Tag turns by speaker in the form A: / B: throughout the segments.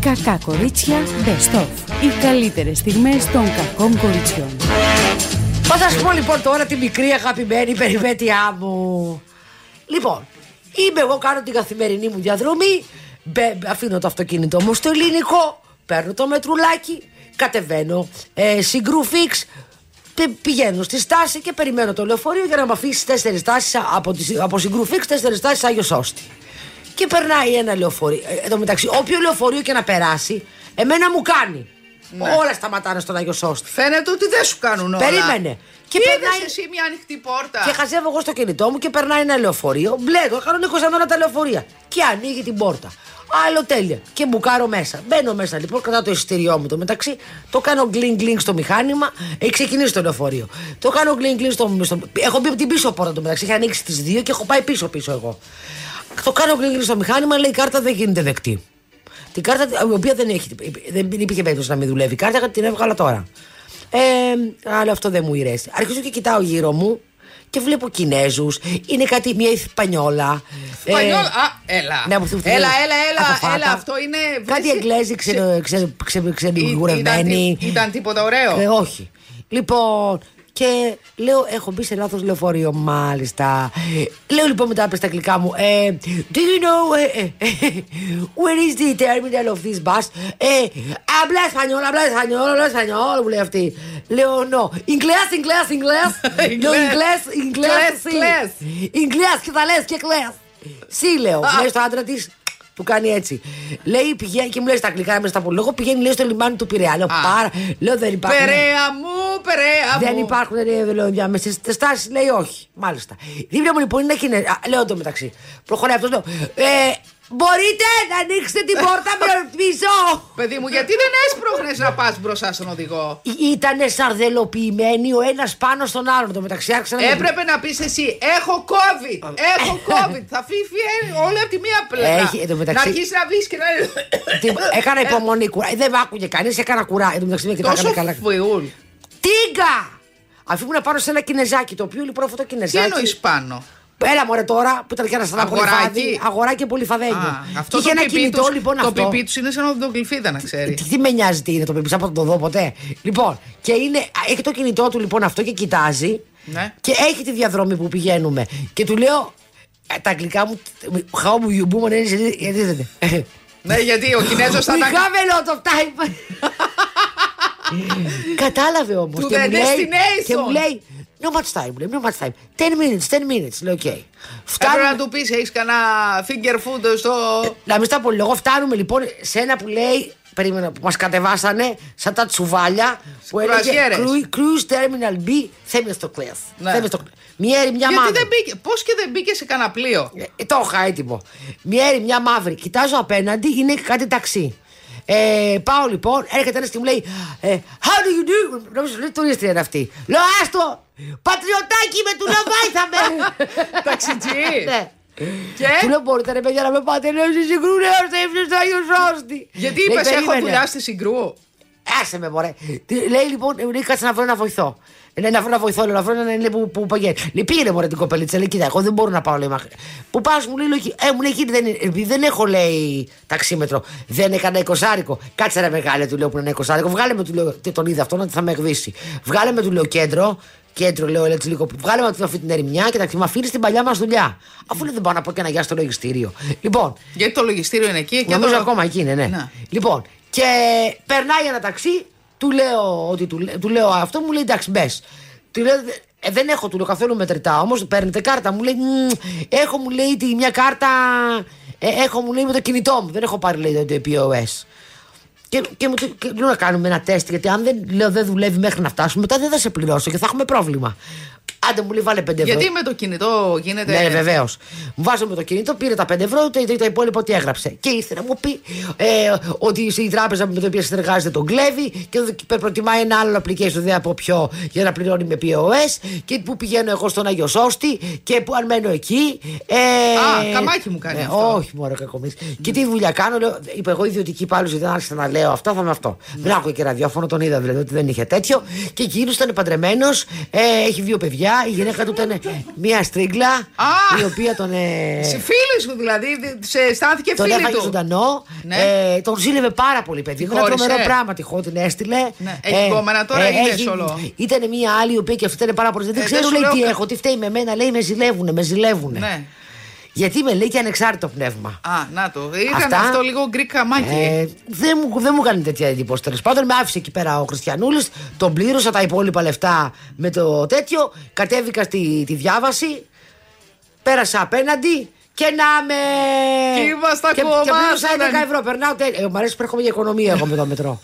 A: Κακά κορίτσια Best of. Οι καλύτερες στιγμές των κακών κοριτσιών.
B: Θα σα πω λοιπόν τώρα τη μικρή αγαπημένη περιπέτειά μου. Λοιπόν, είμαι εγώ, κάνω την καθημερινή μου διαδρομή. μπε- αφήνω το αυτοκίνητό μου στο ελληνικό. Παίρνω το μετρουλάκι. Κατεβαίνω. Ε, συγκρού φίξ. πη- Πηγαίνω στη στάση και περιμένω το λεωφορείο για να με αφήσει τέσσερις στάσει από, τις- από συγκρού φίξ, τέσσερις στάσει Άγιο Σώστη. Και περνάει ένα λεωφορείο. Ε, εν τω μεταξύ, όποιο λεωφορείο και να περάσει, εμένα μου κάνει. Όλα σταματάνε στον Άγιο Σώστη.
C: Φαίνεται ότι δεν σου κάνουν Ναι. όλα.
B: Περίμενε.
C: Και
B: Και
C: περνάει...
B: περνάει-
C: εσύ μια ανοιχτή πόρτα.
B: Και χαζεύω εγώ στο κινητό μου και περνάει ένα λεωφορείο. Μπλε, το κανονικό σαν όλα τα λεωφορεία. Και ανοίγει την πόρτα. Άλλο τέλεια. Και μπουκάρω μέσα. Μπαίνω μέσα λοιπόν, κρατάω το εισιτήριό μου το μεταξύ. Το κάνω γκλινγκ γκλινγκ στο μηχάνημα. Έχει ξεκινήσει το λεωφορείο. Το κάνω γκλινγκ γκλινγκ στο, στο. Έχω μπει από την πίσω πόρτα το μεταξύ. Είχα ανοίξει τις δύο και έχω πάει πίσω πίσω εγώ. Το κάνω γκλινγκ γκλινγκ στο μηχάνημα, λέει η κάρτα δεν γίνεται δεκτή. Την κάρτα η οποία δεν, έχει, δεν υπήρχε περίπτωση να μην δουλεύει η κάρτα, γιατί την έβγαλα τώρα. Ε, αλλά αυτό δεν μου ηρέσει. Αρχίζω και κοιτάω γύρω μου και βλέπω Κινέζους. Είναι κάτι, μια Ισπανιόλα. Ε,
C: Σπανιόλ, α, έλα.
B: ναι, από αυτή που
C: έλα,
B: θέλει.
C: έλα, έλα,
B: Αποφάτα.
C: έλα, αυτό είναι...
B: Κάτι
C: βρίσκει-
B: Εγγλέζοι ξε, ξε, ξε,
C: Ή-
B: ξεμιγουρευμένοι.
C: Ήταν, τί- ήταν τίποτα ωραίο.
B: Ε, όχι. Λοιπόν, και λέω, έχω μπει σε λάθος λεωφορείο, μάλιστα. Λέω λοιπόν μετά από στα αγγλικά μου, ε, Do you know ε, ε, where is the terminal of this bus? Ε, Απλά Ισπανιόλ, απλά Ισπανιόλ, απλά Ισπανιόλ, μου λέει αυτή. Λέω, No. Ingles, Ingles, Ingles. No, Ingles, Ingles,
C: Κλαις, κλαις.
B: Ingles, και τα λες και κλαις. Σύ λέω, λέει στο άντρα της που κάνει έτσι. Λέει, πηγαίνει και μου λέει στα αγγλικά μέσα στα πολύ. Εγώ πηγαίνει, λέει στο λιμάνι του Πειραιά. Λέω, πάρα. Λέω, δεν υπάρχουν.
C: Περέα μου, περέα μου.
B: ναι. Δεν υπάρχουν διάμεσε στάσεις, λέει όχι. Μάλιστα. Δίπλα μου λοιπόν είναι εκείνη. Α, Λέω το μεταξύ. Προχωράει αυτός. Λέω, ε, μπορείτε να ανοίξετε την πόρτα με πίσω.
C: Παιδί μου, γιατί δεν έσπρωχνες να πας μπροστά στον οδηγό.
B: Ήτανε σαρδελοποιημένοι ο ένας πάνω στον άλλον. Το μεταξύ άρχισαν να με-
C: Έπρεπε να πεις εσύ, έχω COVID, έχω COVID, θα φύγει όλη από τη μία πλευρά.
B: Ε. Έχει, εν τω μεταξύ-
C: Να αρχίσεις να βγεις και να...
B: Τι- Έκανα υπομονή. κουρα- Δεν μ' άκουγε κανείς, έκανα κουρά. Εν τω μεταξύ με κοιτάξανε
C: Τόσο
B: καλά.
C: φιούλ.
B: Τίγκα! Αφού να πάρω σε ένα κινεζάκι, το οποίο λοιπόν αυτό το
C: Τι
B: κινεζάκι.
C: εννοείς πάνω.
B: Έλα μωρέ τώρα που ήταν και ένας σαν
C: Αγοράκι.
B: πολυφάδι. Αγοράκι πολυφαδένιο.
C: Α, Αυτό
B: Είχε
C: το
B: ένα
C: πιπί
B: κινητό
C: τους-
B: λοιπόν
C: Το
B: αυτό.
C: πιπί τους είναι σαν οδοντογλυφίδα, να ξέρει.
B: Ε, Τι, τι με νοιάζει τι είναι το πιπί, από τον το δω ποτέ. Λοιπόν, και είναι, έχει το κινητό του λοιπόν αυτό και κοιτάζει.
C: Ναι.
B: Και έχει τη διαδρομή που πηγαίνουμε. Και του λέω, ε, τα αγγλικά μου, how you you boom, γιατί
C: Ναι, γιατί ο Κινέζος θα
B: We
C: τα
B: have a lot of time. Κατάλαβε όμως.
C: To the destination.
B: και μου λέει, no much time, μου λέει, no much time. 10 minutes, 10 minutes. Λέω, okay.
C: Έπρεπε
B: Φτάνουμε,
C: να του πεις, έχεις κανένα finger food στο.
B: να μην στα πολυλογώ, φτάνουμε λοιπόν σε ένα που λέει. Περίμενα που μας κατεβάσανε σαν τα τσουβάλια που έλεγε
C: κρουαζιέρες.
B: Cruise, Cruise Terminal B Θέμιο στο κλέας.
C: Ναι.
B: Θέμιο στο κλέας. Μία έρη, μια
C: Γιατί
B: μαύρη.
C: δεν μπήκε. Πώς και δεν μπήκε σε κανένα πλοίο.
B: Ε, το είχα έτοιμο. Μία έρη, μια μαύρη. Κοιτάζω απέναντι, είναι κάτι ταξί. Ε, πάω λοιπόν, έρχεται ένας και μου λέει ε, How do you do? Νομίζω ότι τουρίστρια είναι αυτή. Λέω άστο! Πατριωτάκι με του να βάηθαμε!
C: Ταξιτζή.
B: ναι. Του
C: Και.
B: λέω μπορείτε ρε παιδιά να με πάτε Λέω σε συγκρούνε ως τα ύψη του Άγιου Σώστη
C: Γιατί
B: Λέει,
C: είπες, έχω
B: «Περίμενε».
C: δουλειά στη συγκρού.
B: Άσε με μωρέ Τι- Λέει λοιπόν ε, λέει, κάτσε να βρω να βοηθώ Λέει να βρω να βοηθώ, λέω, να βρω να είναι που, που πηγαίνει. Λέει πήγαινε μωρέ την κοπελίτσα, λέει κοίτα, εγώ δεν μπορώ να πάω, λέει μάχα. Που πας, μου λέει, λέω, «Εκεί». ε, μου λέει κύριε, δεν, είναι- επειδή δεν έχω, λέει, ταξίμετρο, δεν έκανα εικοσάρικο. Κάτσε ρε μεγάλε, του λέω που είναι ένα εικοσάρικο. Βγάλε με, του λέω, τι τον είδα αυτό, να θα με εκβήσει. Βγάλε με, του λέω κέντρο, κέντρο, λέω έτσι λίγο. Βγάλε με του αυτή την ερημιά και τα με αφήνει την παλιά μας δουλειά. Αφού λέει, δεν πάω να πω και ένα γεια στο λογιστήριο. Λοιπόν,
C: Γιατί το λογιστήριο είναι εκεί. και
B: Νομίζω
C: εδώ-
B: ακόμα εκεί είναι, ναι.
C: Να.
B: Λοιπόν, και περνάει ένα ταξί, του λέω, ότι του, λέ- του λέω αυτό, μου λέει εντάξει, μπες. Του λέω, «Ε, δεν έχω, του λέω καθόλου μετρητά όμως, παίρνετε κάρτα. Μου λέει, «Μμ, έχω, μου λέει, τη, μια κάρτα. ε, έχω, μου λέει, με το κινητό μου. Δεν έχω πάρει, λέει, το POS. Και, και μου του- και λέω να κάνουμε ένα τεστ, γιατί αν δεν, λέω, δεν δουλεύει μέχρι να φτάσουμε, μετά δεν θα σε πληρώσω και θα έχουμε πρόβλημα. Άντε μου λέει, βάλε 5 ευρώ.
C: Γιατί με το κινητό γίνεται.
B: Ναι, βεβαίως. Μου βάζω με το κινητό, πήρε τα 5 ευρώ, τα, τα υπόλοιπα τι έγραψε. Και ήθελε να μου πει ε, ότι η τράπεζα με την οποία συνεργάζεται τον κλέβει και ότι προτιμάει ένα άλλο application, δεν από ποιο, για να πληρώνει με POS και που πηγαίνω εγώ στον Άγιο Σώστη και που αν μένω εκεί. Ε, ναι,
C: Α, καμάκι μου κάνει αυτό.
B: Όχι, μωρέ, κακομίς. Και τι δουλειά κάνω, λέω, είπα εγώ ιδιωτική πάλι, δεν άρχισα να λέω αυτά, θα με αυτό.
C: Ναι.
B: Δεν άκουγε και ραδιόφωνο, τον είδα δηλαδή ότι δεν είχε τέτοιο. Και εκείνος ήταν παντρεμένος, ε, έχει δύο παιδιά, παλιά η γυναίκα του ήταν μία στρίγκλα
C: Α!
B: η οποία τον. ε,
C: Σε φίλη σου δηλαδή, δι- σε αισθάνθηκε
B: Τον
C: φίλη
B: έφαγε
C: του.
B: ζωντανό.
C: Ναι.
B: Ε, τον ζήλευε πάρα πολύ, παιδί. Ήταν ένα
C: χώρισε.
B: τρομερό πράγμα. Τυχό την έστειλε. Ε,
C: Ναι. Έχει κόμμενα τώρα ή είναι σολό?
B: Ήταν μια άλλη η οποία και αυτή ήταν πάρα πολύ. δεν
C: δεν
B: ξέρω
C: σου
B: λέει
C: λέω
B: τι
C: κα-
B: έχω, τι φταίει με μένα. Λέει με ζηλεύουνε, με ζηλεύουνε.
C: Ναι.
B: Γιατί με λέει και ανεξάρτητο πνεύμα.
C: Α, να το. Ήταν
B: Αυτά-
C: αυτό λίγο γκρι καμάκι.
B: Ε, δεν, μου, δεν μου κάνει τέτοια εντύπωση. Τέλος πάντων, με άφησε εκεί πέρα ο Χριστιανούλης. Τον πλήρωσα τα υπόλοιπα λεφτά με το τέτοιο. Κατέβηκα στη τη διάβαση. Πέρασα απέναντι. Και να με.
C: Και είμαστε
B: και,
C: ακόμα
B: και πλήρωσα
C: σαν
B: 11 ευρώ. Περνάω τέλεια. Ε, μ' αρέσει που έρχομαι για οικονομία εγώ με το μετρό.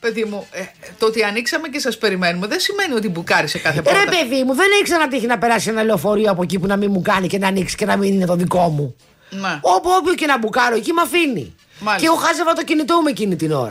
C: Παιδί μου, ε, το ότι ανοίξαμε και σας περιμένουμε δεν σημαίνει ότι μπουκάρισε κάθε
B: Ε,
C: πόρτα.
B: Ρε παιδί μου, δεν έχει ξανατύχει να περάσει ένα λεωφορείο από εκεί που να μην μου κάνει και να ανοίξει και να μην είναι το δικό μου.
C: Ναι.
B: Όπου όποιο και να μπουκάρω εκεί με αφήνει.
C: Μάλιστα.
B: Και εγώ χάζευα το κινητό μου εκείνη την ώρα.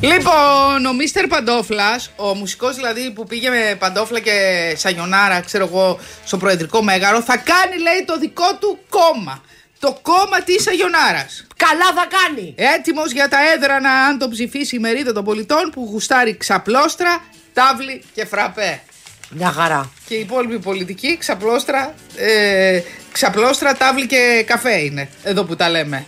C: Λοιπόν, ο Μίστερ Παντόφλας, ο μουσικός δηλαδή που πήγε με παντόφλα και σαγιονάρα, ξέρω εγώ, στο προεδρικό μέγαρο, θα κάνει λέει το δικό του κόμμα. Το κόμμα της Σαγιονάρα.
B: Καλά θα κάνει.
C: Έτοιμος για τα έδρανα, αν το ψηφίσει η μερίδα των πολιτών που γουστάρει ξαπλώστρα, τάβλη και φραπέ.
B: Μια χαρά.
C: Και οι υπόλοιποι πολιτικοί, ξαπλώστρα, ε, ξαπλώστρα, τάβλη και καφέ είναι. Εδώ που τα λέμε.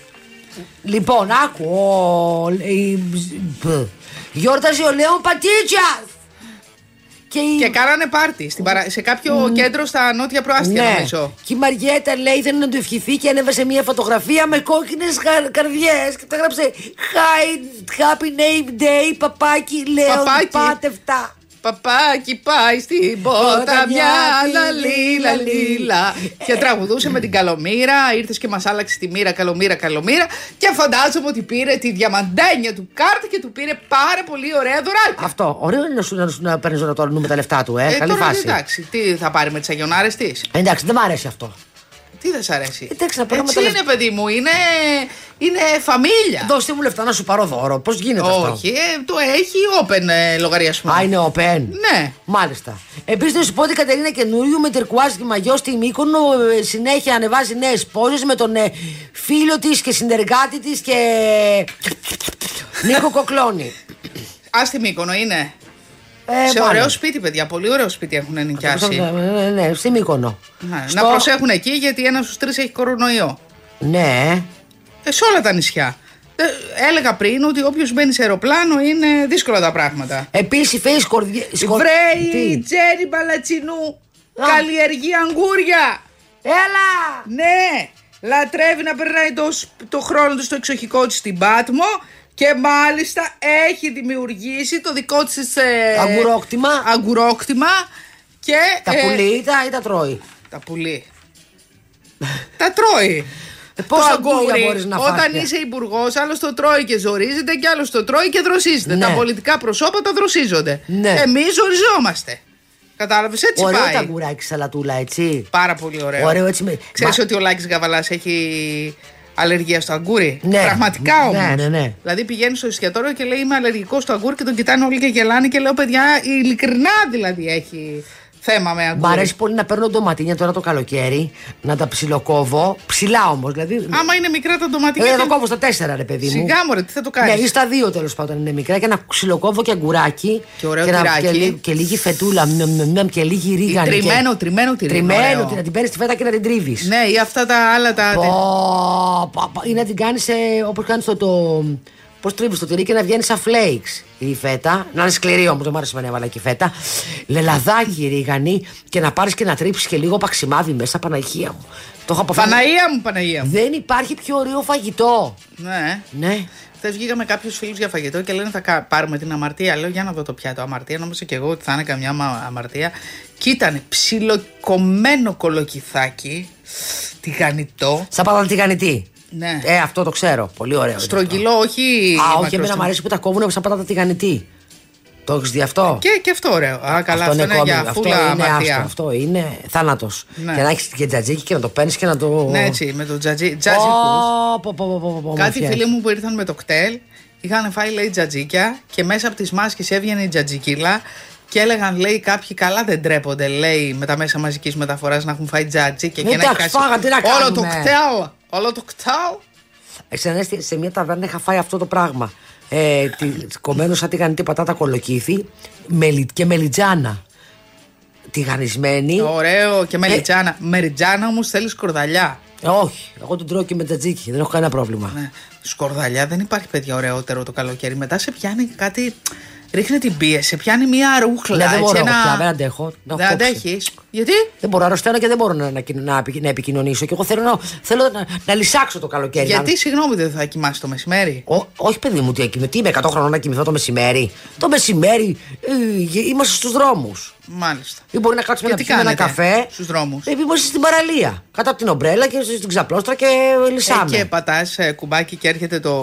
B: Λοιπόν, άκου. Ο... η- μπ. Γιόρταζε ο Λέων Πατήτσια! Και, η...
C: Και κάνανε πάρτι στην παρα- σε κάποιο κέντρο στα νότια προάστια,
B: ναι.
C: νομίζω.
B: Και η Μαριέτα λέει ήθελε να του ευχηθεί και ανέβασε μια φωτογραφία με κόκκινες καρδιές. Και τα γράψε Hi, Happy Name Day, παπάκι Λέων
C: Παπάκι.
B: Πάτευτα.
C: Παπάκι πάει στην πότα μια λαλίλα λίλα Και τραγουδούσε με την Καλομήρα Ήρθες και μας άλλαξες τη μοίρα Καλομήρα Καλομήρα Και φαντάζομαι ότι πήρε τη διαμαντένια του κάρτα Και του πήρε πάρα πολύ ωραία δωράκια
B: Αυτό. Ωραίο είναι να σου, να, σου- να παίρνεις να το νου με τα λεφτά του, ε.
C: Ε,
B: Καλή
C: τώρα,
B: φάση.
C: Εντάξει, τι θα πάρει με τις αγιονάρες της
B: Εντάξει, δεν μ' αρέσει αυτό.
C: Τι δεν σ' αρέσει
B: Εντάξει, να παίρνουμε
C: Έτσι
B: τα
C: είναι παιδί μου, είναι, είναι φαμίλια
B: Δώστε μου λεφτά να σου πάρω δώρο. Πώς γίνεται αυτό.
C: Όχι, ε, το έχει open ε, λογαριασμό
B: Α, είναι open.
C: Ναι
B: Μάλιστα. Επίσης, να σου πω ότι η Κατερίνα Καινούριου με τερκουάζ και μαγιό στη Μύκονο ε, συνέχεια ανεβάζει νέες πόζε με τον ε, φίλο της και συνεργάτη της και. Νίκο Κοκλώνη.
C: Ας τη Μύκονο είναι
B: Ε,
C: σε
B: μάλλον.
C: ωραίο σπίτι, παιδιά. Πολύ ωραίο σπίτι έχουν νοικιάσει.
B: Ναι, ναι, ναι, στη Μύκονο.
C: Ναι,
B: Στο-
C: Να προσέχουν εκεί γιατί ένας στους τρεις έχει κορονοϊό.
B: Ναι.
C: Ε, σε όλα τα νησιά. Ε, έλεγα πριν ότι όποιος μπαίνει σε αεροπλάνο είναι δύσκολα τα πράγματα.
B: Επίσης, φέει σκορδί. σκορ-
C: Βρέει η
B: Τι?
C: Τζέρι Μπαλατσινού
B: Α.
C: καλλιεργεί αγγούρια.
B: Έλα!
C: Ναι, λατρεύει να περνάει το, σ- το χρόνο του στο εξοχικό της στην Πάτμο και μάλιστα έχει δημιουργήσει το δικό της ε,
B: Αγκουρόκτημα.
C: αγκουρόκτημα και
B: Τα
C: ε,
B: πουλεί ή τα, ή τα τρώει.
C: Τα πουλεί. τα τρώει.
B: Ε, πόσα
C: Το
B: αγκούρια
C: αγκούρι,
B: μπορείς να φας,
C: Όταν
B: πια.
C: είσαι υπουργός, άλλος το τρώει και ζορίζεται και άλλος το τρώει και δροσίζεται.
B: Ναι.
C: Τα πολιτικά προσώπα τα δροσίζονται.
B: Ναι.
C: Εμείς ζοριζόμαστε. Κατάλαβες, έτσι
B: Ωραίο
C: πάει.
B: τα αγκουράκι σαλατούλα, έτσι.
C: Πάρα πολύ ωραίο.
B: Ωραίο έτσι με.
C: Ξέρεις
B: Μα-
C: ότι ο Λάκης Γαβαλάς έχει αλλεργία στο αγκούρι.
B: Ναι.
C: Πραγματικά όμως.
B: Ναι, ναι, ναι.
C: Δηλαδή πηγαίνεις στο εστιατόριο και λέει Είμαι αλλεργικός στο αγκούρι και τον κοιτάνε όλοι και γελάνε και λέω Παιδιά, ειλικρινά δηλαδή έχει θέμα με
B: Μ'
C: αγκούρι.
B: αρέσει πολύ να παίρνω ντοματίνια τώρα το καλοκαίρι, να τα ψιλοκόβω. Ψηλά όμως, δηλαδή.
C: Άμα είναι μικρά τα ντοματικά.
B: Ε,
C: και-
B: το κόβω στα τέσσερα, ρε παιδί μου.
C: Σιγά μου, ρε, τι θα το κάνεις.
B: Ναι, ή στα δύο τέλος πάντων είναι μικρά και να ξυλοκόβω και αγκουράκι.
C: Και ωραίο
B: να-
C: τυράκι.
B: και, λί- και λίγη φετούλα μμμ, μμμ, μμμ, και λίγη ρίγανη. και-
C: τριμμένο, τριμμένο τυρί. είναι
B: Τριμμένο,
C: ωραίο.
B: τι, να την παίρνεις τη φέτα και να την τρίβεις.
C: Ναι, ή αυτά τα άλλα τα.
B: Ή να την κάνεις όπως κάνεις το. το Πώς τρίβεις το τυρί και να βγαίνει σαν flakes η φέτα. Να είναι σκληρή όμως, δεν μου άρεσε με έβαλα και η φέτα. Λελαδάκι ρίγανη και να πάρεις και να τρίψεις και λίγο παξιμάδι μέσα, Παναγία μου. Το έχω αποφύγει.
C: Παναία μου, Παναγία μου.
B: Δεν υπάρχει πιο ωραίο φαγητό.
C: Ναι.
B: Ναι.
C: Χθες βγήκα με κάποιους φίλους για φαγητό και λένε θα κα- πάρουμε την αμαρτία. Λέω για να δω το πιάτο. Αμαρτία, νόμιζα και εγώ ότι θα είναι καμιά μα- αμαρτία. Και ήταν ψιλοκομμένο κολοκυθάκι, τηγανιτό.
B: Σαν πατατατηγανητή.
C: Ναι.
B: Ε, αυτό το ξέρω. Πολύ ωραίο. είναι
C: Στρογγυλό, όχι.
B: αυτό. Α, όχι,
C: μακροστρογγυλό.
B: εμένα μου αρέσει που τα κόβουν σαν πατατατηγανητή. Το έχεις δει αυτό.
C: Και, και αυτό ωραίο. Α, καλά, αυτό, είναι,
B: κόμμα.
C: για
B: Αυτό
C: φούλα
B: είναι
C: αμαρτία.
B: άστο, αυτό είναι θάνατος.
C: Ναι.
B: Και να έχεις και τζατζίκι και να το παίρνεις και να το.
C: Ναι, έτσι, με το τζατζί.
B: Ω,
C: τζατζικούς.
B: πω, πω, πω, πω, πω,
C: Κάτι
B: μαφιές.
C: φίλοι μου που ήρθαν με το κτέλ είχαν φάει λέει τζατζίκια και μέσα από τις μάσκες έβγαινε η τζατζικίλα και έλεγαν λέει κάποιοι καλά δεν τρέπονται λέει με τα μέσα μαζικής μεταφοράς να έχουν φάει τζατζίκια και
B: Ε,
C: να
B: Εντάξει,
C: έχει χάσει
B: φάγα, τι να
C: όλο το
B: κάνουμε.
C: κτέλ. Όλο το κτέλ.
B: Εξανέστη, σε μια ταβέρνα είχα φάει αυτό το πράγμα. Ε, τη, κομμένος σαν τηγανιτή πατάτα κολοκύθη με λι- και μελιτζάνα. τηγανισμένη.
C: Ωραίο και μελιτζάνα. Μεριτζάνα όμως θέλεις σκορδαλιά.
B: Ε, όχι, εγώ την τρώω και με τζατζίκι, δεν έχω κανένα πρόβλημα.
C: Ναι. Σκορδαλιά δεν υπάρχει παιδιά ωραιότερο το καλοκαίρι. Μετά σε πιάνει κάτι. Ρίχνει την πίεση, σε πιάνει μια ρούχλα.
B: Ναι, δεν
C: έτσι,
B: μπορώ
C: ένα-
B: πια, δεν αντέχω. Να
C: Δεν
B: κόψει.
C: αντέχεις. Γιατί?
B: Δεν μπορώ, αρρωσταίνω και δεν μπορώ να, να, κοινο- να, επι- να επικοινωνήσω. Και εγώ θέλω να, θέλω να, να λυσάξω το καλοκαίρι.
C: Γιατί, συγγνώμη, δεν θα κοιμάσαι το μεσημέρι.
B: Να- Ω, όχι, παιδί μου, τι, έκυμε- τι είμαι 100 χρονών να κοιμηθώ το μεσημέρι. Το μεσημέρι ε, γε- είμαστε στους δρόμους.
C: Μάλιστα.
B: Ή μπορεί να κάτσουμε
C: Και
B: να
C: τι
B: πιούμε ένα
C: κάνετε
B: καφέ.
C: στους δρόμους?
B: Ε, είμαστε στην παραλία. Κάτω από την ομπρέλα και στην ξαπλώστρα και
C: Ε,
B: λυσάμε.
C: και πατάς κουμπάκι και έρχεται το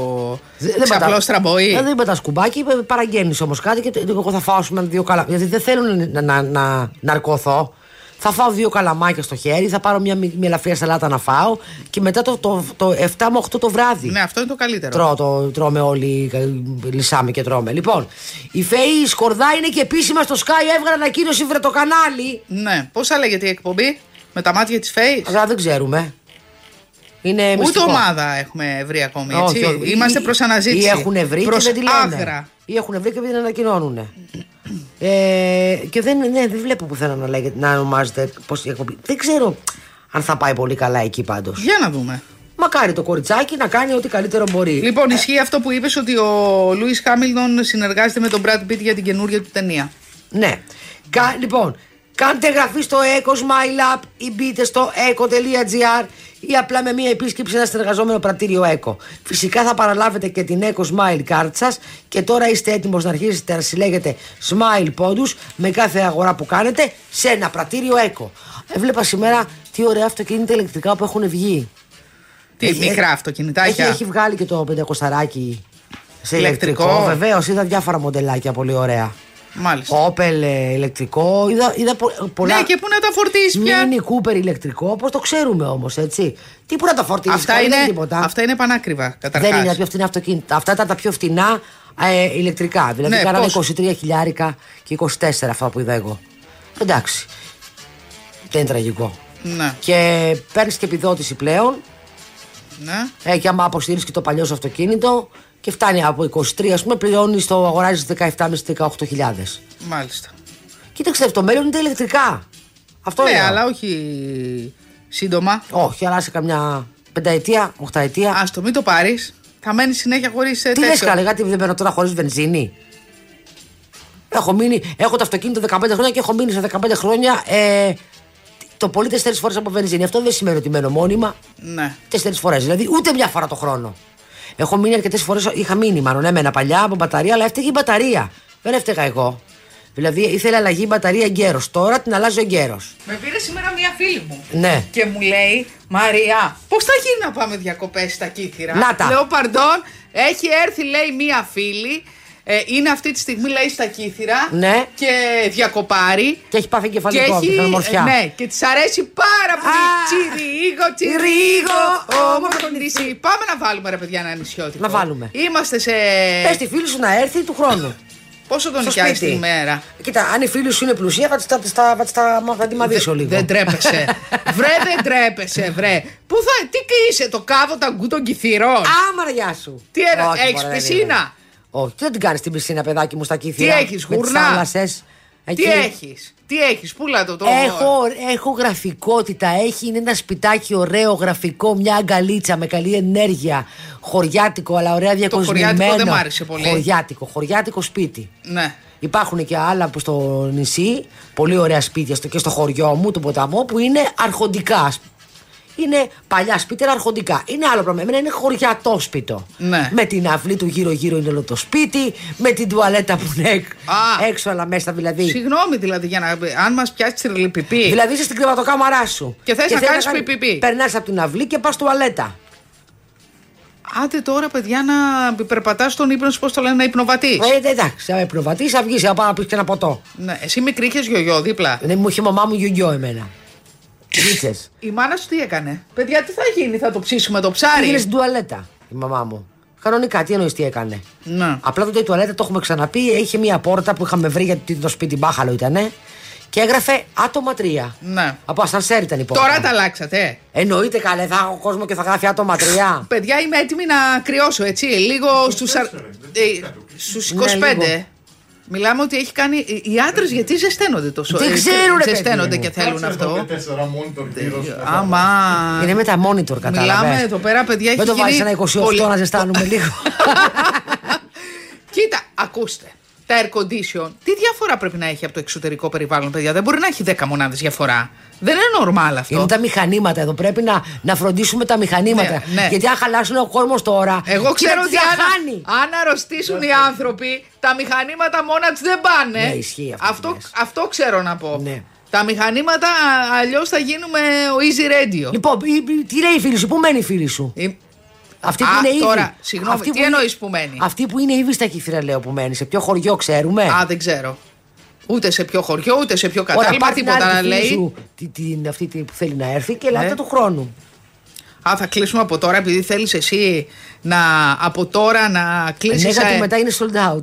B: Δε-
C: ξαπλό
B: πατά-
C: στραμποή.
B: Ε, Δεν πατάς κουμπάκι, παραγγέλνεις όμως κάτι και τε- εγώ θα φάω ας πούμε, δύο καλά. Γιατί δεν θέλω να, να, να, να ναρκωθώ. Θα φάω δύο καλαμάκια στο χέρι, θα πάρω μια, μι- μια ελαφριά σαλάτα να φάω και μετά το, το, το, 7 με 8 το βράδυ.
C: Ναι, αυτό είναι το καλύτερο.
B: Τρώω, το, τρώμε όλοι, κα- λυσάμε και τρώμε. Λοιπόν, η ΦΕΗ Σκορδά είναι και επίσημα στο Sky έβγαλε ανακοίνωση βρε το κανάλι.
C: Ναι. Πώς θα λέγεται η εκπομπή, με τα μάτια της Φέης.
B: Αλλά δεν ξέρουμε. Είναι
C: Ούτε
B: μυστικό.
C: ομάδα έχουμε βρει ακόμη. Έτσι.
B: Όχι, όχι.
C: Είμαστε
B: Ή-
C: προς αναζήτηση.
B: Ή έχουν βρει
C: προς
B: και δεν τη λένε.
C: άγρα.
B: Ή έχουν βρει και δεν ανακοινώνουν. Ε, και δεν, ναι, δεν βλέπω πουθενά να, λέγεται, να ονομάζεται πώς η εκπομπή. Δεν ξέρω αν θα πάει πολύ καλά εκεί πάντως.
C: Για να δούμε.
B: Μακάρι το κοριτσάκι να κάνει ό,τι καλύτερο μπορεί.
C: Λοιπόν, ισχύει αυτό που είπες ότι ο Λούι Χάμιλτον συνεργάζεται με τον Brad Pitt για την καινούργια του ταινία.
B: Ναι. Κα- λοιπόν, κάντε εγγραφή στο Echo's My Lab ή μπείτε στο echo.gr ή απλά με μία επίσκεψη σε ένα συνεργαζόμενο πρατήριο Echo. Φυσικά θα παραλάβετε και την Echo Smile Card σας και τώρα είστε έτοιμος να αρχίσετε να συλλέγετε Smile πόντους με κάθε αγορά που κάνετε σε ένα πρατήριο Echo. Έβλεπα σήμερα τι ωραία αυτοκίνητα ηλεκτρικά που έχουν βγει.
C: Τι,
B: Έχει-
C: μικρά
B: έχει-
C: αυτοκινητάκια.
B: Έχει, έχει βγάλει και το 500 σε
C: Ηλεκτρικό.
B: ηλεκτρικό. Βεβαίως, είδα διάφορα μοντελάκια πολύ ωραία.
C: Μάλιστα.
B: Όπελ ε, ηλεκτρικό. Είδα, είδα πο- πολλά.
C: Ναι, και πού να τα φορτίσεις πια.
B: Μίνι Κούπερ ηλεκτρικό, όπως το ξέρουμε όμως, έτσι. Τι που να τα φορτίσεις,
C: Αυτά είναι,
B: τίποτα.
C: αυτά είναι πανάκριβα καταρχάς.
B: Δεν είναι τα πιο φθηνά αυτοκίνητα. Αυτά ήταν τα πιο φθηνά ε, ηλεκτρικά. Δηλαδή
C: Ναι,
B: κάνανε
C: πόσο?
B: 23 χιλιάρικα και 24 αυτά που είδα εγώ. Εντάξει. Δεν είναι τραγικό.
C: Ναι,
B: Και παίρνεις και επιδότηση πλέον.
C: ναι.
B: Ε, και άμα αποστηρίζει και το παλιό σου αυτοκίνητο και φτάνει από 23, ας πούμε, πληρώνει το αγοράζει 17,5-18 χιλιάδες.
C: Μάλιστα.
B: Κοίταξε, το μέλλον είναι τα ηλεκτρικά. Αυτό
C: ναι,
B: λέω.
C: αλλά όχι σύντομα.
B: Όχι, αλλά σε καμιά πενταετία, οχταετία.
C: Ας το μην το πάρεις. Θα μένεις συνέχεια χωρίς
B: τι
C: τέτοιο.
B: λε, καλέ, γιατί δεν παίρνω τώρα χωρίς βενζίνη. Έχω, μείνει, έχω το αυτοκίνητο 15 χρόνια και έχω μείνει σε 15 χρόνια ε, το πολύ τέσσερις φορές από βενζίνη. Αυτό δεν σημαίνει ότι μένω μόνιμα.
C: Ναι.
B: Τέσσερις φορές. Δηλαδή ούτε μια φορά το χρόνο. Έχω μείνει αρκετές φορές. Είχα μείνει μάλλον έμενα παλιά από μπαταρία, αλλά έφταιγε η μπαταρία. Δεν έφταιγα εγώ. Δηλαδή ήθελε αλλαγή μπαταρία εγκαίρω. Τώρα την αλλάζω εγκαίρω.
C: Με πήρε σήμερα μία φίλη μου.
B: Ναι.
C: Και μου λέει, Μαρία, πώς θα γίνει να πάμε διακοπές στα κύθυρα.
B: Να τα.
C: Λέω, παρντών, έχει έρθει, λέει, μία φίλη. Ε, είναι αυτή τη στιγμή, λέει, στα κύθυρα.
B: Ναι.
C: Και διακοπάρει.
B: Και έχει πάθει
C: Και
B: εγκεφαλικό από την
C: έχει,
B: ομορφιά.
C: ναι, και της αρέσει πάρα πολύ
B: Α,
C: Τσιρίγο, τσιρίγο, όμορφο νησί Πάμε να βάλουμε ρε παιδιά ένα νησιώτικο
B: Να βάλουμε.
C: Είμαστε σε,
B: Πες τη φίλη σου να έρθει του χρόνου.
C: πόσο ε, τον
B: στο
C: νοικιάζεις
B: σπίτι.
C: τη μέρα
B: Κοίτα, αν η φίλη σου είναι πλουσία, θα της τα, της τα, θα της τα, μα- θα της μαδίσω λίγο.
C: Δεν τρέπεσαι. βρε, δεν τρέπεσαι, βρε. Πού θα, τι είσαι, το κάβο ταγκού των κυθυρών.
B: Άμα ρε, γεια σου.
C: Τι ένα-
B: Όχι,
C: έχεις
B: μωρέ, δεν
C: πισίνα?
B: είναι. Όχι, τι δεν την κάνεις την πισίνα, παιδάκι μου, στα κύθια.
C: Τι έχεις, γουρνά? τι έχεις, τι έχεις, πούλα το το.
B: Έχω, έχω γραφικότητα. Έχει, είναι ένα σπιτάκι ωραίο, γραφικό, μια αγκαλίτσα με καλή ενέργεια. Χωριάτικο, αλλά ωραία διακοσμημένο.
C: χωριάτικο δεν μ' άρεσε πολύ.
B: Χωριάτικο, χωριάτικο σπίτι.
C: Ναι.
B: Υπάρχουν και άλλα που στο νησί, πολύ ωραία σπίτια στο, και στο χωριό μου, του ποταμό, που είναι αρχοντικά. ας πούμε. Είναι παλιά σπίτια, αλλά αρχοντικά. Είναι άλλο πράγμα. Εμένα είναι χωριατό σπίτιο.
C: Ναι.
B: Με την αυλή του γύρω-γύρω είναι όλο το σπίτι, με την τουαλέτα που είναι εκ-
C: Α.
B: έξω, αλλά μέσα δηλαδή.
C: Συγγνώμη δηλαδή, για να, αν μας πιάσεις τρελιπιπί.
B: Δηλαδή είσαι στην κρεβατοκάμαρά σου.
C: Και θες να κάνεις πιπιπι.
B: Περνάς από την αυλή και πας τουαλέτα.
C: Άντε τώρα, παιδιά, να περπατάς στον ύπνο σου, πώς το λένε, να υπνοβατείς.
B: Ε, εντάξει, θα με προβατεί, θα βγεις, θα πάω να πεις και ένα ποτό.
C: Ναι. Εσύ μικρή είχες γιογιό δίπλα.
B: Δεν μου είχε η μαμά μου γιογιό εμένα. Κοίτσε.
C: Η μάνα σου τι έκανε. Παιδιά, τι θα γίνει, θα το ψήσουμε το
B: Πήγαινε
C: ψάρι.
B: στην τουαλέτα η μαμά μου. Κανονικά, τι εννοείς τι έκανε.
C: Ναι.
B: Απλά τότε η τουαλέτα το έχουμε ξαναπεί. Είχε μία πόρτα που είχαμε βρει γιατί το σπίτι μπάχαλο ήταν. Και έγραφε άτομα τρία.
C: Ναι.
B: Από ασανσέρ ήταν η πόρτα.
C: Τώρα τα αλλάξατε. ε.
B: Εννοείται καλέ, θα έχω κόσμο και θα γράφει άτομα τρία.
C: Παιδιά, Ε, είμαι έτοιμη να κρυώσω, έτσι. Λίγο στους. Στους 25.
B: Ναι, λίγο.
C: Μιλάμε ότι έχει κάνει. οι- Οι άντρες γιατί ζεσταίνονται τόσο.
B: Δεν
C: ε,
B: ξέρουνε, παιδί
C: Ζεσταίνονται
B: μου.
C: και θέλουν αυτό.
D: Τέσσερα monitor γύρω σου.
C: Άμα.
B: Είναι με τα monitor κατάλαβες.
C: Μιλάμε εδώ πέρα, παιδιά.
B: Δεν
C: έχει
B: το βάζει
C: γίνει
B: ένα 28
C: πολύ-
B: να ζεστάνουμε λίγο.
C: Κοίτα, ακούστε. Τα air condition, τι διαφορά πρέπει να έχει από το εξωτερικό περιβάλλον, παιδιά. Δεν μπορεί να έχει 10 μονάδες διαφορά. Δεν είναι normal αυτό.
B: Είναι τα μηχανήματα εδώ. Πρέπει να, να φροντίσουμε τα μηχανήματα.
C: Ναι, ναι.
B: Γιατί αν χαλάσουν ο κόσμος τώρα. κοίτα
C: Εγώ ξέρω
B: τι
C: ότι
B: θα
C: αν,
B: χάνει.
C: αν αρρωστήσουν οι άνθρωποι, τα μηχανήματα μόνα τους δεν πάνε.
B: Ναι, ισχύει αυτό που
C: αυτό,
B: λες.
C: αυτό ξέρω να πω.
B: Ναι.
C: Τα μηχανήματα, αλλιώς θα γίνουμε ο easy radio.
B: Λοιπόν, η- η- τι λέει η φίλη σου, πού μένει η φίλη σου.
C: Ε,
B: Αυτή
C: Α,
B: που είναι ήδη.
C: τώρα, συγγνώμη, τι
B: είναι-
C: εννοείς που μένει?
B: Αυτή που είναι ήδη στα κύφυρα, λέω που μένει. Σε ποιο χωριό ξέρουμε.
C: Α, δεν ξέρω. Ούτε σε ποιο χωριό, ούτε σε ποιο
B: ναι. Ωραία,
C: κατάλημα,
B: πάρ' την άλλη
C: τίποτα να
B: τη φίλη
C: λέει.
B: σου, τη- την, αυτή τη που θέλει να έρθει και ελάτε
C: Ναι.
B: του χρόνου.
C: Α, θα κλείσουμε από τώρα, επειδή θέλεις εσύ να από τώρα να ε, κλείσει.
B: Ναι, γιατί μετά είναι sold out.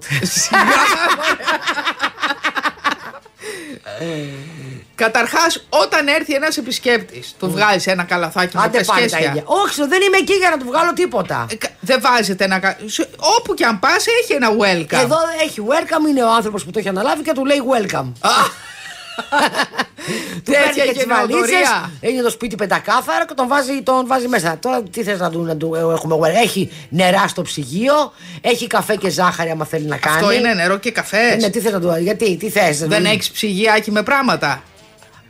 C: Καταρχάς, όταν έρθει ένας επισκέπτης, του βγάζει ένα καλαθάκι με
B: Άντε πάλι τα ίδια.
C: πεσκέσια.
B: Όχι, δεν είμαι εκεί για να του βγάλω τίποτα.
C: Ε, κα- Δεν βάζεται ένα. κα- σου- Όπου και αν πας, έχει ένα welcome.
B: Εδώ έχει welcome, είναι ο άνθρωπος που το έχει αναλάβει και του λέει welcome. του παίρνει
C: τέτοια
B: και τις βαλίτσε,
C: γενναιοδορία.
B: είναι το σπίτι πεντακάθαρο και τον βάζει, τον βάζει μέσα. Τώρα τι θες να του, να του ε, έχουμε welcome. Έχει νερά στο ψυγείο, έχει καφέ και ζάχαρη άμα θέλει να κάνει.
C: Αυτό είναι νερό και καφές.
B: Ναι, τι θες να του γιατί, τι θες.
C: Δεν έχεις ψυγιάκι με πράγματα.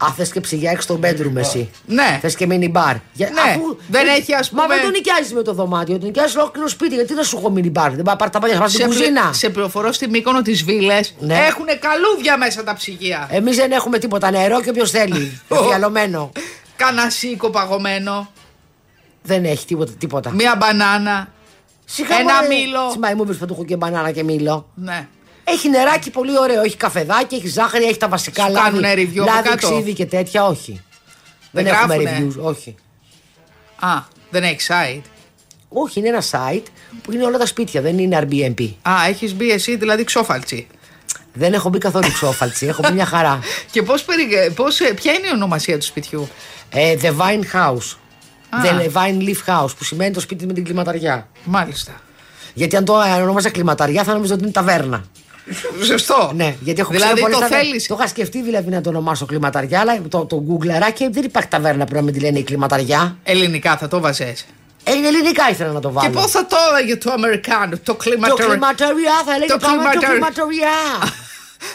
B: Α, θε και ψυγιάκι στο bedroom εσύ.
C: Ναι.
B: Θες και mini bar. Για-
C: Ναι. Δεν έχει, ας
B: Μα
C: πούμε-
B: δεν το νοικιάζεις με το δωμάτιο, το νοικιάζεις ολόκληρο σπίτι. Γιατί να σου έχω mini bar, δεν πάω πάρ' τα παλιά, θα πας στην
C: Σε, πλη-
B: κουζίνα.
C: σε πληροφορώ στη Μύκονο τις βίλες
B: Ναι. Ε.
C: Έχουν καλούδια μέσα τα ψυγεία.
B: Εμείς δεν έχουμε τίποτα νερό και όποιος θέλει. Διαλωμένο.
C: Κάνα σίκο παγωμένο.
B: δεν έχει τίποτα. τίποτα.
C: Μία μπανάνα.
B: Σιγά,
C: ένα
B: μωρέ.
C: μήλο.
B: Τις μαϊμούδες που του έχουν και μπανάνα και μήλο.
C: Ναι.
B: Έχει νεράκι πολύ ωραίο. Έχει καφεδάκι, έχει ζάχαρη, έχει τα βασικά
C: Σου
B: λάδι.
C: κάνουνε review από
B: λάδι,
C: κάτω.
B: ξύδι και τέτοια, όχι. Δεν,
C: Δεν
B: έχουμε
C: γράφουνε.
B: reviews, όχι.
C: Α, δεν έχει site.
B: Όχι, είναι ένα site που είναι όλα τα σπίτια, δεν είναι Airbnb.
C: Α, έχεις μπει εσύ δηλαδή ξόφαλτσι.
B: Δεν έχω μπει καθόλου ξόφαλτσι, έχω μπει μια χαρά.
C: Και πώς, περι- πώς, ε, ποια είναι η ονομασία του σπιτιού.
B: Ε, the Vine House.
C: Α.
B: The Vine Leaf House, που σημαίνει το σπίτι με την κλιματαριά.
C: Μάλιστα.
B: Γιατί αν το ονόμαζα κλιματαριά, θα νομίζω ότι είναι ταβέρνα.
C: Σωστό.
B: Ναι, γιατί έχω
C: δηλαδή
B: ξέρει
C: το
B: πολλές ταβέρνες.
C: θέλεις.
B: Το είχα σκεφτεί δηλαδή να το ονομάσω κλιματαριά, αλλά το, το γκουγκλαρά και δεν υπάρχει ταβέρνα που να μην τη λένε η κλιματαριά.
C: Ελληνικά θα το βάζες.
B: Ε, είναι ελληνικά ήθελα να το
C: Και
B: βάλω.
C: πώς θα το έλεγε το Αμερικάνο, το
B: Το
C: κλιματερ...
B: κλιματαριά θα έλεγε
C: Το
B: πράγμα το
C: κλιματερ-
B: κλιματαριά.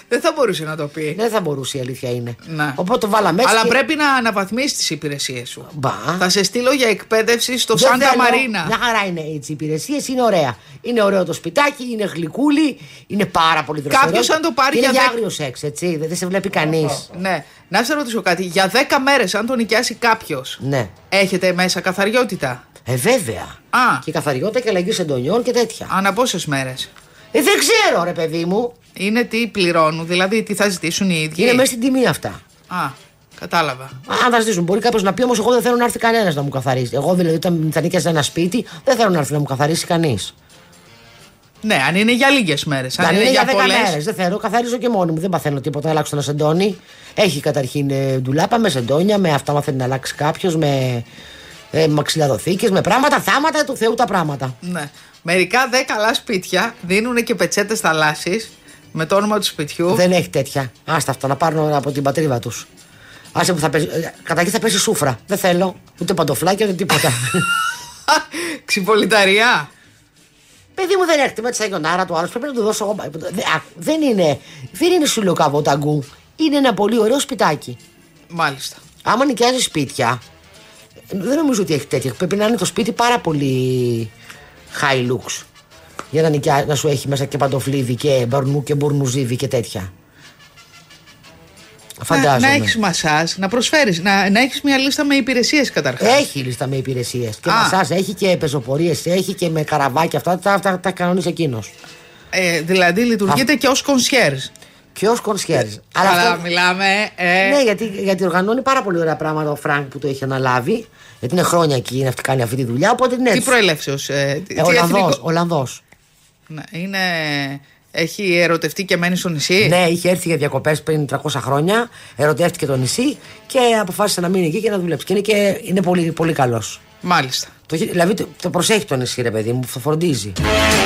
C: Δεν θα μπορούσε να το πει.
B: Δεν θα μπορούσε η αλήθεια είναι.
C: Ναι.
B: Οπότε το βάλαμε έτσι.
C: Αλλά
B: και-
C: πρέπει να αναβαθμίσεις τις υπηρεσίες σου.
B: Μπα.
C: Θα σε στείλω για εκπαίδευση στο
B: Δεν
C: Σάντα
B: θέλω.
C: Μαρίνα.
B: Μια χαρά είναι έτσι. Οι υπηρεσίες είναι ωραία. Είναι ωραίο το σπιτάκι, είναι γλυκούλι, είναι πάρα πολύ δροσερό.
C: Κάποιος αν το πάρει
B: είναι
C: για
B: για
C: δέκα-
B: άγριος σεξ, έτσι. Δεν δεν σε βλέπει κανείς.
C: Ναι. Να σε ρωτήσω κάτι. Για 10 μέρες, αν τον νοικιάσει κάποιος,
B: Ναι.
C: έχετε μέσα καθαριότητα.
B: Ε, βέβαια.
C: Α.
B: Και καθαριότητα και αλλαγή εντονιών και τέτοια.
C: Ανά πόσες μέρες.
B: Ε, δεν ξέρω, ρε παιδί μου.
C: Είναι τι πληρώνουν, δηλαδή τι θα ζητήσουν οι ίδιοι.
B: Είναι μέσα στην τιμή αυτά.
C: Α, κατάλαβα.
B: Αν θα ζητήσουν, μπορεί κάποιο να πει όμως: Εγώ δεν θέλω να έρθει κανένας να μου καθαρίσει. Εγώ δηλαδή, όταν θα νοικιάζει ένα σπίτι, δεν θέλω να έρθει να μου καθαρίσει κανείς.
C: Ναι, αν είναι για λίγες μέρες. Αν,
B: Αν είναι για 10
C: πολλές,
B: μέρες, δεν θέλω, καθαρίζω και μόνη μου. Δεν παθαίνω τίποτα, να αλλάξω ένα σεντόνι. Έχει καταρχήν ε, ντουλάπα με σεντόνια, με αυτά μαθαίνει να αλλάξει κάποιος, με ε, μαξιλαροθήκε, με πράγματα, θάματα του Θεού τα πράγματα.
C: Ναι. Μερικά δε καλά σπίτια δίνουν και πετσέτες θαλάσση με το όνομα του σπιτιού.
B: Δεν έχει τέτοια. Άστα αυτά να πάρουν από την πατρίδα τους. Άσε που θα πέσει. ε, Καταρχήν θα πέσει σούφρα. Δεν θέλω ούτε παντοφλάκια ούτε τίποτα.
C: Ξυπολιταριά.
B: Παιδί μου δεν έρχεται με τη σαγιονάρα του άλλου. Πρέπει να του δώσω εγώ. Δε- α, Δεν είναι, δεν είναι σουλοκαβό ταγκού. Είναι ένα πολύ ωραίο σπιτάκι.
C: Μάλιστα.
B: Άμα νοικιάζεις σπίτια, δεν νομίζω ότι έχει τέτοια. Πρέπει να είναι το σπίτι πάρα πολύ high looks. Για να, νοικιά, να σου έχει μέσα και παντοφλίδι και μπαρνού και μπουρνουζίδι και τέτοια. Φαντάζομαι.
C: Να, να έχεις μασάζ, να προσφέρεις, να, να έχεις μια λίστα με υπηρεσίες καταρχάς.
B: Έχει λίστα με υπηρεσίες. Και
C: Α.
B: μασάζ έχει και πεζοπορίες, έχει και με καραβάκια. Αυτά τα, τα, τα κανονίζει εκείνος.
C: Ε, δηλαδή λειτουργείται και ως κονσιέρ.
B: Και ως κονσιέρ.
C: Αλλά μιλάμε. Ε,
B: Ναι, γιατί, γιατί οργανώνει πάρα πολύ ωραία πράγματα ο Φρανκ που το έχει αναλάβει. Γιατί είναι χρόνια εκεί, είναι αυτή, κάνει αυτή τη δουλειά. Οπότε ναι.
C: τι προελεύσεω. Ε, τι-
B: Ε,
C: τι
B: Ολλανδός,
C: εθνικό-
B: Ολλανδός.
C: Ναι, είναι, έχει ερωτευτεί και μένει στο νησί.
B: Ναι, είχε έρθει για διακοπές πριν 300 χρόνια, ερωτεύτηκε το νησί και αποφάσισε να μείνει εκεί και να δουλέψει. Και είναι, και, είναι πολύ, πολύ καλός.
C: Μάλιστα.
B: Το, χει- δηλαδή το, το προσέχει το νησί, ρε παιδί μου, το φροντίζει.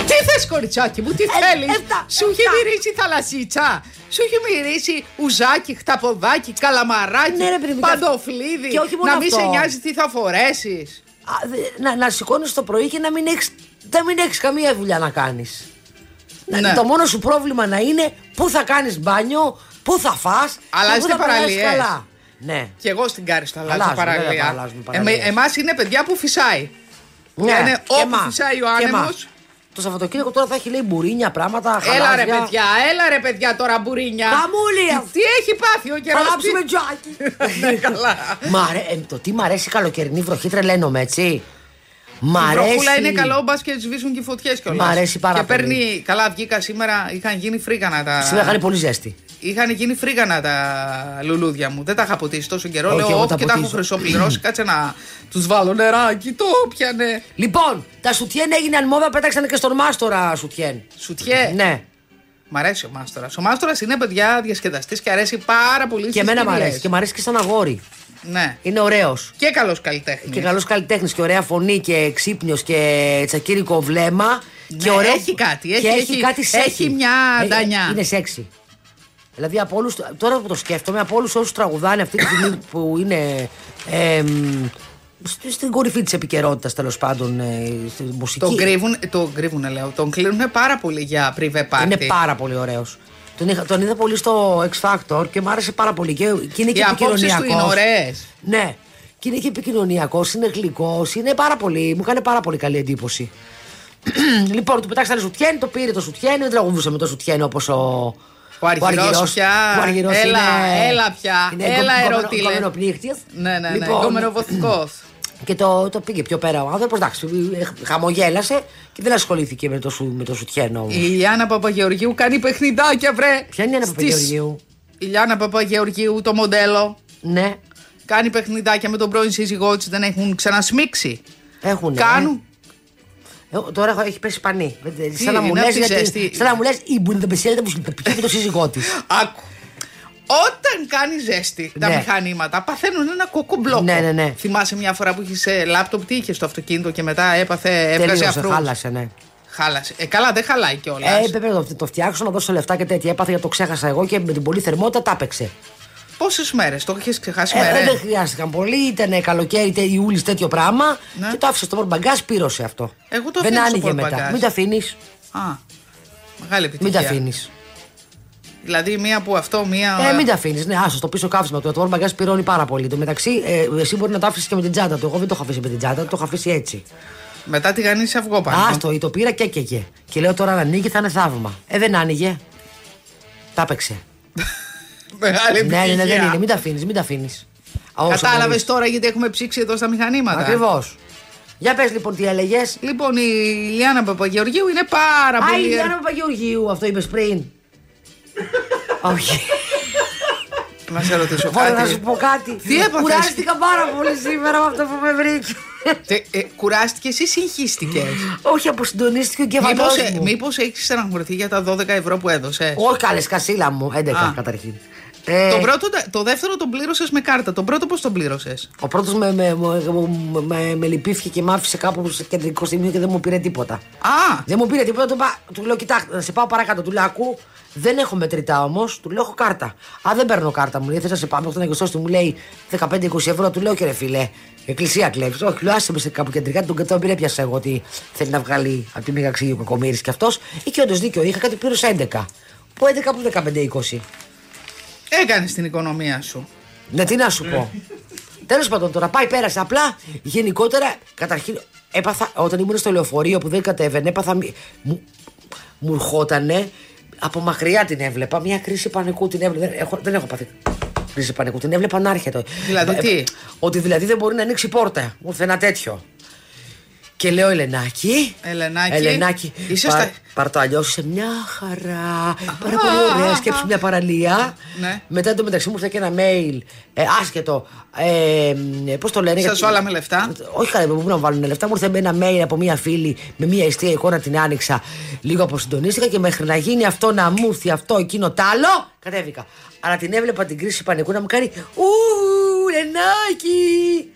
C: Τι θες, κοριτσάκι
B: Ε,
C: μου, τι θέλει.
B: εφτά,
C: Σου έχει
B: εφτά.
C: μυρίσει θαλασσίτσα. Σου έχει μυρίσει ουζάκι, χταποδάκι, καλαμαράκι,
B: Ναι, ρε παιδί μου,
C: παντοφλίδι.
B: και όχι μόνο
C: να μην
B: αυτό.
C: σε νοιάζει τι θα φορέσεις.
B: Α, δε- να, να σηκώνεις το πρωί και να μην έχεις να μην έχεις καμία δουλειά να κάνεις.
C: Ναι.
B: Το μόνο σου πρόβλημα να είναι πού θα κάνεις μπάνιο, πού θα φας
C: Αλλά
B: και πού
C: είστε
B: θα περάσεις
C: παραλίες.
B: καλά. Ναι.
C: Κι εγώ στην Κάριστο αλλάζω
B: Αλλάζουμε, βέβαια, τα
C: παραλία.
B: αλλάζουμε παραλίες. Ναι.
C: Εμάς είναι παιδιά που φυσάει. Λένε,
B: και
C: Ναι, όπου
B: εμάς,
C: φυσάει ο
B: και εμάς.
C: άνεμος.
B: Το Σαββατοκύριακο τώρα θα έχει λέει μπουρίνια, πράγματα.
C: Έλα ρε
B: χαλάζια.
C: παιδιά, έλα ρε παιδιά τώρα μπουρίνια.
B: Μαμούλια.
C: Τι έχει πάθει ο
B: Θα
C: καιρό.
B: λάψουμε τζάκι.
C: Ναι, καλά.
B: Μ' αρέ- ε, το τι μ' αρέσει η καλοκαιρινή βροχή, τρελαίνομαι έτσι. Μ'
C: Η
B: αρέσει.
C: βροχούλα είναι καλό, μπας και σβήσουν και οι φωτιές κιόλα.
B: Μ' αρέσει πάρα
C: και
B: πολύ.
C: παίρνει. Καλά, βγήκα σήμερα, είχαν γίνει φρίγανα τα.
B: Σήμερα κάνει πολύ ζέστη.
C: Είχαν γίνει φρίγανα τα λουλούδια μου. Δεν τα είχα ποτίσει τόσο καιρό.
B: Όχι, εγώ
C: Λέω,
B: τα
C: «Ωπ, και τα έχω
B: ποτίζω».
C: χρυσοπληρώσει. Κάτσε να τους βάλω νεράκι. Το πιανε.
B: Λοιπόν, τα σουτιέν έγιναν μόδα, πέταξαν και στον Μάστορα σουτιέν.
C: Σουτιέ.
B: Ναι.
C: Μ' αρέσει ο Μάστορας. Ο Μάστορας είναι παιδιά διασκεδαστής και αρέσει πάρα πολύ
B: Και
C: στις
B: εμένα μου
C: σκηνές.
B: αρέσει. Και μου αρέσει και σαν αγόρι.
C: Ναι.
B: Είναι ωραίος.
C: Και καλός καλλιτέχνης.
B: Και καλός καλλιτέχνης και ωραία φωνή και ξύπνιος και τσακύρικο βλέμμα. και
C: Ναι,
B: ωραίο...
C: έχει κάτι,
B: και
C: έχει-
B: έχει,
C: έχει-
B: κάτι σεξι.
C: έχει μια
B: Ε,
C: ντανιά.
B: Είναι σεξι. Δηλαδή από όλους, τώρα που το σκέφτομαι, από όλους όσους τραγουδάνε αυτή τη στιγμή που είναι. εμ, στη- στην κορυφή της επικαιρότητας τέλος πάντων ε, στη μουσική.
C: Τον κρύβουν, τον κρύβουνε, λέω. Τον κλείνουν πάρα πολύ για privé party.
B: Είναι πάρα πολύ ωραίος. Τον, είχα- τον είδα πολύ στο X Factor και μου άρεσε πάρα πολύ. Και, και είναι και
C: Οι απόψεις του είναι
B: επικοινωνιακός.
C: ωραίες.
B: Ναι. Και είναι και επικοινωνιακός, είναι γλυκός, είναι πάρα πολύ. Μου κάνει πάρα πολύ καλή εντύπωση. λοιπόν, του πετάξαν σουτιέν, το πήρε το σουτιέν, δεν τραγουδούσε με το σουτιέν όπως ο.
C: Ο Αργυρός πια.
B: ο Αργυρός
C: Έλα,
B: είναι-
C: έλα πια.
B: Είναι
C: Έλα, ερωτήλε.
B: κομμενοπλήκτης.
C: Ναι, ναι, ναι.
B: Λοιπόν,
C: Γκομεροβοθικό.
B: και το, το πήγε πιο πέρα ο άνθρωπος. Εντάξει, ε, χαμογέλασε και δεν ασχολήθηκε με το, σου- με το σουτιέν όμω.
C: Η Ιλιάνα Παπαγεωργίου κάνει παιχνιδάκια, βρε.
B: Ποια είναι η Άννα
C: Στις-
B: Παπαγεωργίου?
C: Η Ιλιάνα Παπαγεωργίου, το μοντέλο.
B: Ναι,
C: Κάνει παιχνιδάκια με τον πρώην σύζυγό της, δεν έχουν ξανασμίξει.
B: έχουν.
C: Κάνουν.
B: Ε, τώρα έχω- έχει πέσει πανί. Δεν- δεν- Σαν να
C: είναι
B: μου λε.
C: αυτή η ζέστη.
B: Σαν να μου λες η Μπουντεμπεσέλτα που με το σύζυγό της.
C: Άκου. Όταν κάνει ζέστη τα
B: Ναι.
C: μηχανήματα, παθαίνουν ένα κοκομπλόκο.
B: Ναι, ναι, ναι.
C: Θυμάσαι μια φορά που είχες λάπτοπ, τι είχες στο αυτοκίνητο και μετά έπαθε, έβγαζε
B: Τελείωσε,
C: αφρού.
B: χάλασε, ναι.
C: Χάλασε. Ε, καλά, δεν χαλάει κιόλας.
B: Ε, έπρεπε να το- το φτιάξω, να δώσω λεφτά και τέτοια. Έπαθα γιατί το ξέχασα εγώ και με την πολλή θερμότητα τα έπαιξε.
C: Πόσες μέρες, το είχες ξεχάσει
B: Ε,
C: μέρε.
B: δεν χρειάστηκαν πολύ, ήταν καλοκαίρι, τε- Ιούλη, τέτοιο πράγμα.
C: Ναι.
B: Και το άφησε στο πορμπαγκάζ, πήρωσε αυτό.
C: Εγώ το
B: δεν
C: αφήνω στο
B: άνοιγε
C: πορτμπαγκάζ.
B: μετά. Μην το αφήνεις.
C: Α, μεγάλη επιτυχία.
B: Μην τα αφήνεις.
C: Δηλαδή, μία που αυτό, μία.
B: Ε, μην τα αφήνεις. Ναι, άσο, το πίσω καύσιμα του. Το πορμπαγκάζ πυρώνει πάρα πολύ. Εν τω μεταξύ, ε, εσύ μπορεί να το άφησες και με την τσάντα του. Εγώ δεν το είχα αφήσει με την τσάντα του, το είχα αφήσει έτσι.
C: Μετά τη γανίσει αυγό πάνω.
B: Άστο, ή το πήρα και έκαιγε. Και λέω τώρα να ανοίγει θα είναι θαύμα. Ε, δεν άνοιγε. Τα έπαιξε.
C: Μεγάλη
B: Ναι,
C: επιτυχία.
B: ναι, ναι, δεν είναι. Μην τα αφήνεις, μην τα αφήνεις.
C: Κατάλαβε τώρα γιατί έχουμε ψήξει εδώ στα μηχανήματα.
B: Ακριβώς. Για πες λοιπόν τι έλεγες.
C: Λοιπόν, η Λιάννα Παπαγεωργίου είναι πάρα
B: Α, η
C: πολύ.
B: Γιάννα Παπαγεωργίου, αυτό είπες πριν. Όχι.
C: Να σε ρωτήσω
B: Μπορώ να
C: κάτι.
B: σου πω κάτι.
C: Τι έπαθες?
B: Κουράστηκα πάρα πολύ σήμερα με αυτό που με βρήκε.
C: Τε- ε, κουράστηκες ή συγχύστηκες.
B: Όχι, αποσυντονίστηκε ο
C: Μήπω
B: κεφαλός μου.
C: μήπως έχεις στεναχωρηθεί για τα 12 ευρώ που έδωσες.
B: Όχι, καλές, κασίλα μου. 11
C: Α.
B: καταρχήν. Ε,
C: Το, πρώτο, το δεύτερο τον πλήρωσες με κάρτα. Τον πρώτο πώς τον πλήρωσες.
B: Ο πρώτος με, με, με, με, με, με λυπήθηκε και με άφησε κάπου σε κεντρικό σημείο και δεν μου πήρε τίποτα.
C: Α!
B: Δεν μου πήρε τίποτα. Του, είπα- του λέω: Κοιτάξτε, να σε πάω παρακάτω. Του λέω: Ακού, δεν έχω μετρητά όμως. Του λέω: Έχω κάρτα. Α, δεν παίρνω κάρτα. Μου λέει: Θες να σε πάω. Αυτό είναι γνωστό του μου λέει 15-20 ευρώ. Του λέω: Κύριε φίλε, εκκλησία κλέβεις. Όχι, λέω: Άσε με σε κάπου κεντρικά. Τον κατόπιν δεν έπιασα εγώ ότι θέλει να βγάλει από τη μήγα ξύγιο κακομοίρη κι αυτό. Ή και όντως δίκιο. Είχα κάτι πλήρω 11. Που 11 που 15-20.
C: Έκανες την οικονομία σου.
B: Ναι, τι να σου πω. Τέλος πάντων, τώρα πάει, πέρασε. Απλά γενικότερα, καταρχήν, έπαθα, όταν ήμουν στο λεωφορείο που δεν κατέβαινε, έπαθα. μη- Μου, μου ερχότανε. Από μακριά την έβλεπα. Μια κρίση πανικού την έβλεπα. Δεν έχω, δεν έχω πάθει κρίση πανικού. Την έβλεπα να έρχεται.
C: Δηλαδή τι?
B: Ε, Ότι δηλαδή δεν μπορεί να ανοίξει πόρτα. Μου ήρθε ένα τέτοιο. Και λέω Ελενάκη.
C: Ελενάκη,
B: Ελενάκη.
C: είσαι
B: πάρ-
C: στα-
B: πάρ' το αλλιώς σε μια χαρά. Πάρα πολύ ωραία. Σκέψου μια παραλία.
C: Ναι.
B: Μετά εντωμεταξύ μου ήρθε και ένα mail ε, άσχετο. Ε, Πώς το λένε.
C: Σας
B: γιατί-
C: βάλαμε λεφτά.
B: Όχι καλά, μου να βάλουν λεφτά. Μου ήρθε ένα mail από μία φίλη με μία αιστεία εικόνα την άνοιξα. Λίγο αποσυντονίστηκα και μέχρι να γίνει αυτό, να μου έρθει αυτό, εκείνο τ' άλλο. Κατέβηκα. Αλλά την έβλεπα την κρίση πανικού να μου κάνει Ου, Ρενάκι!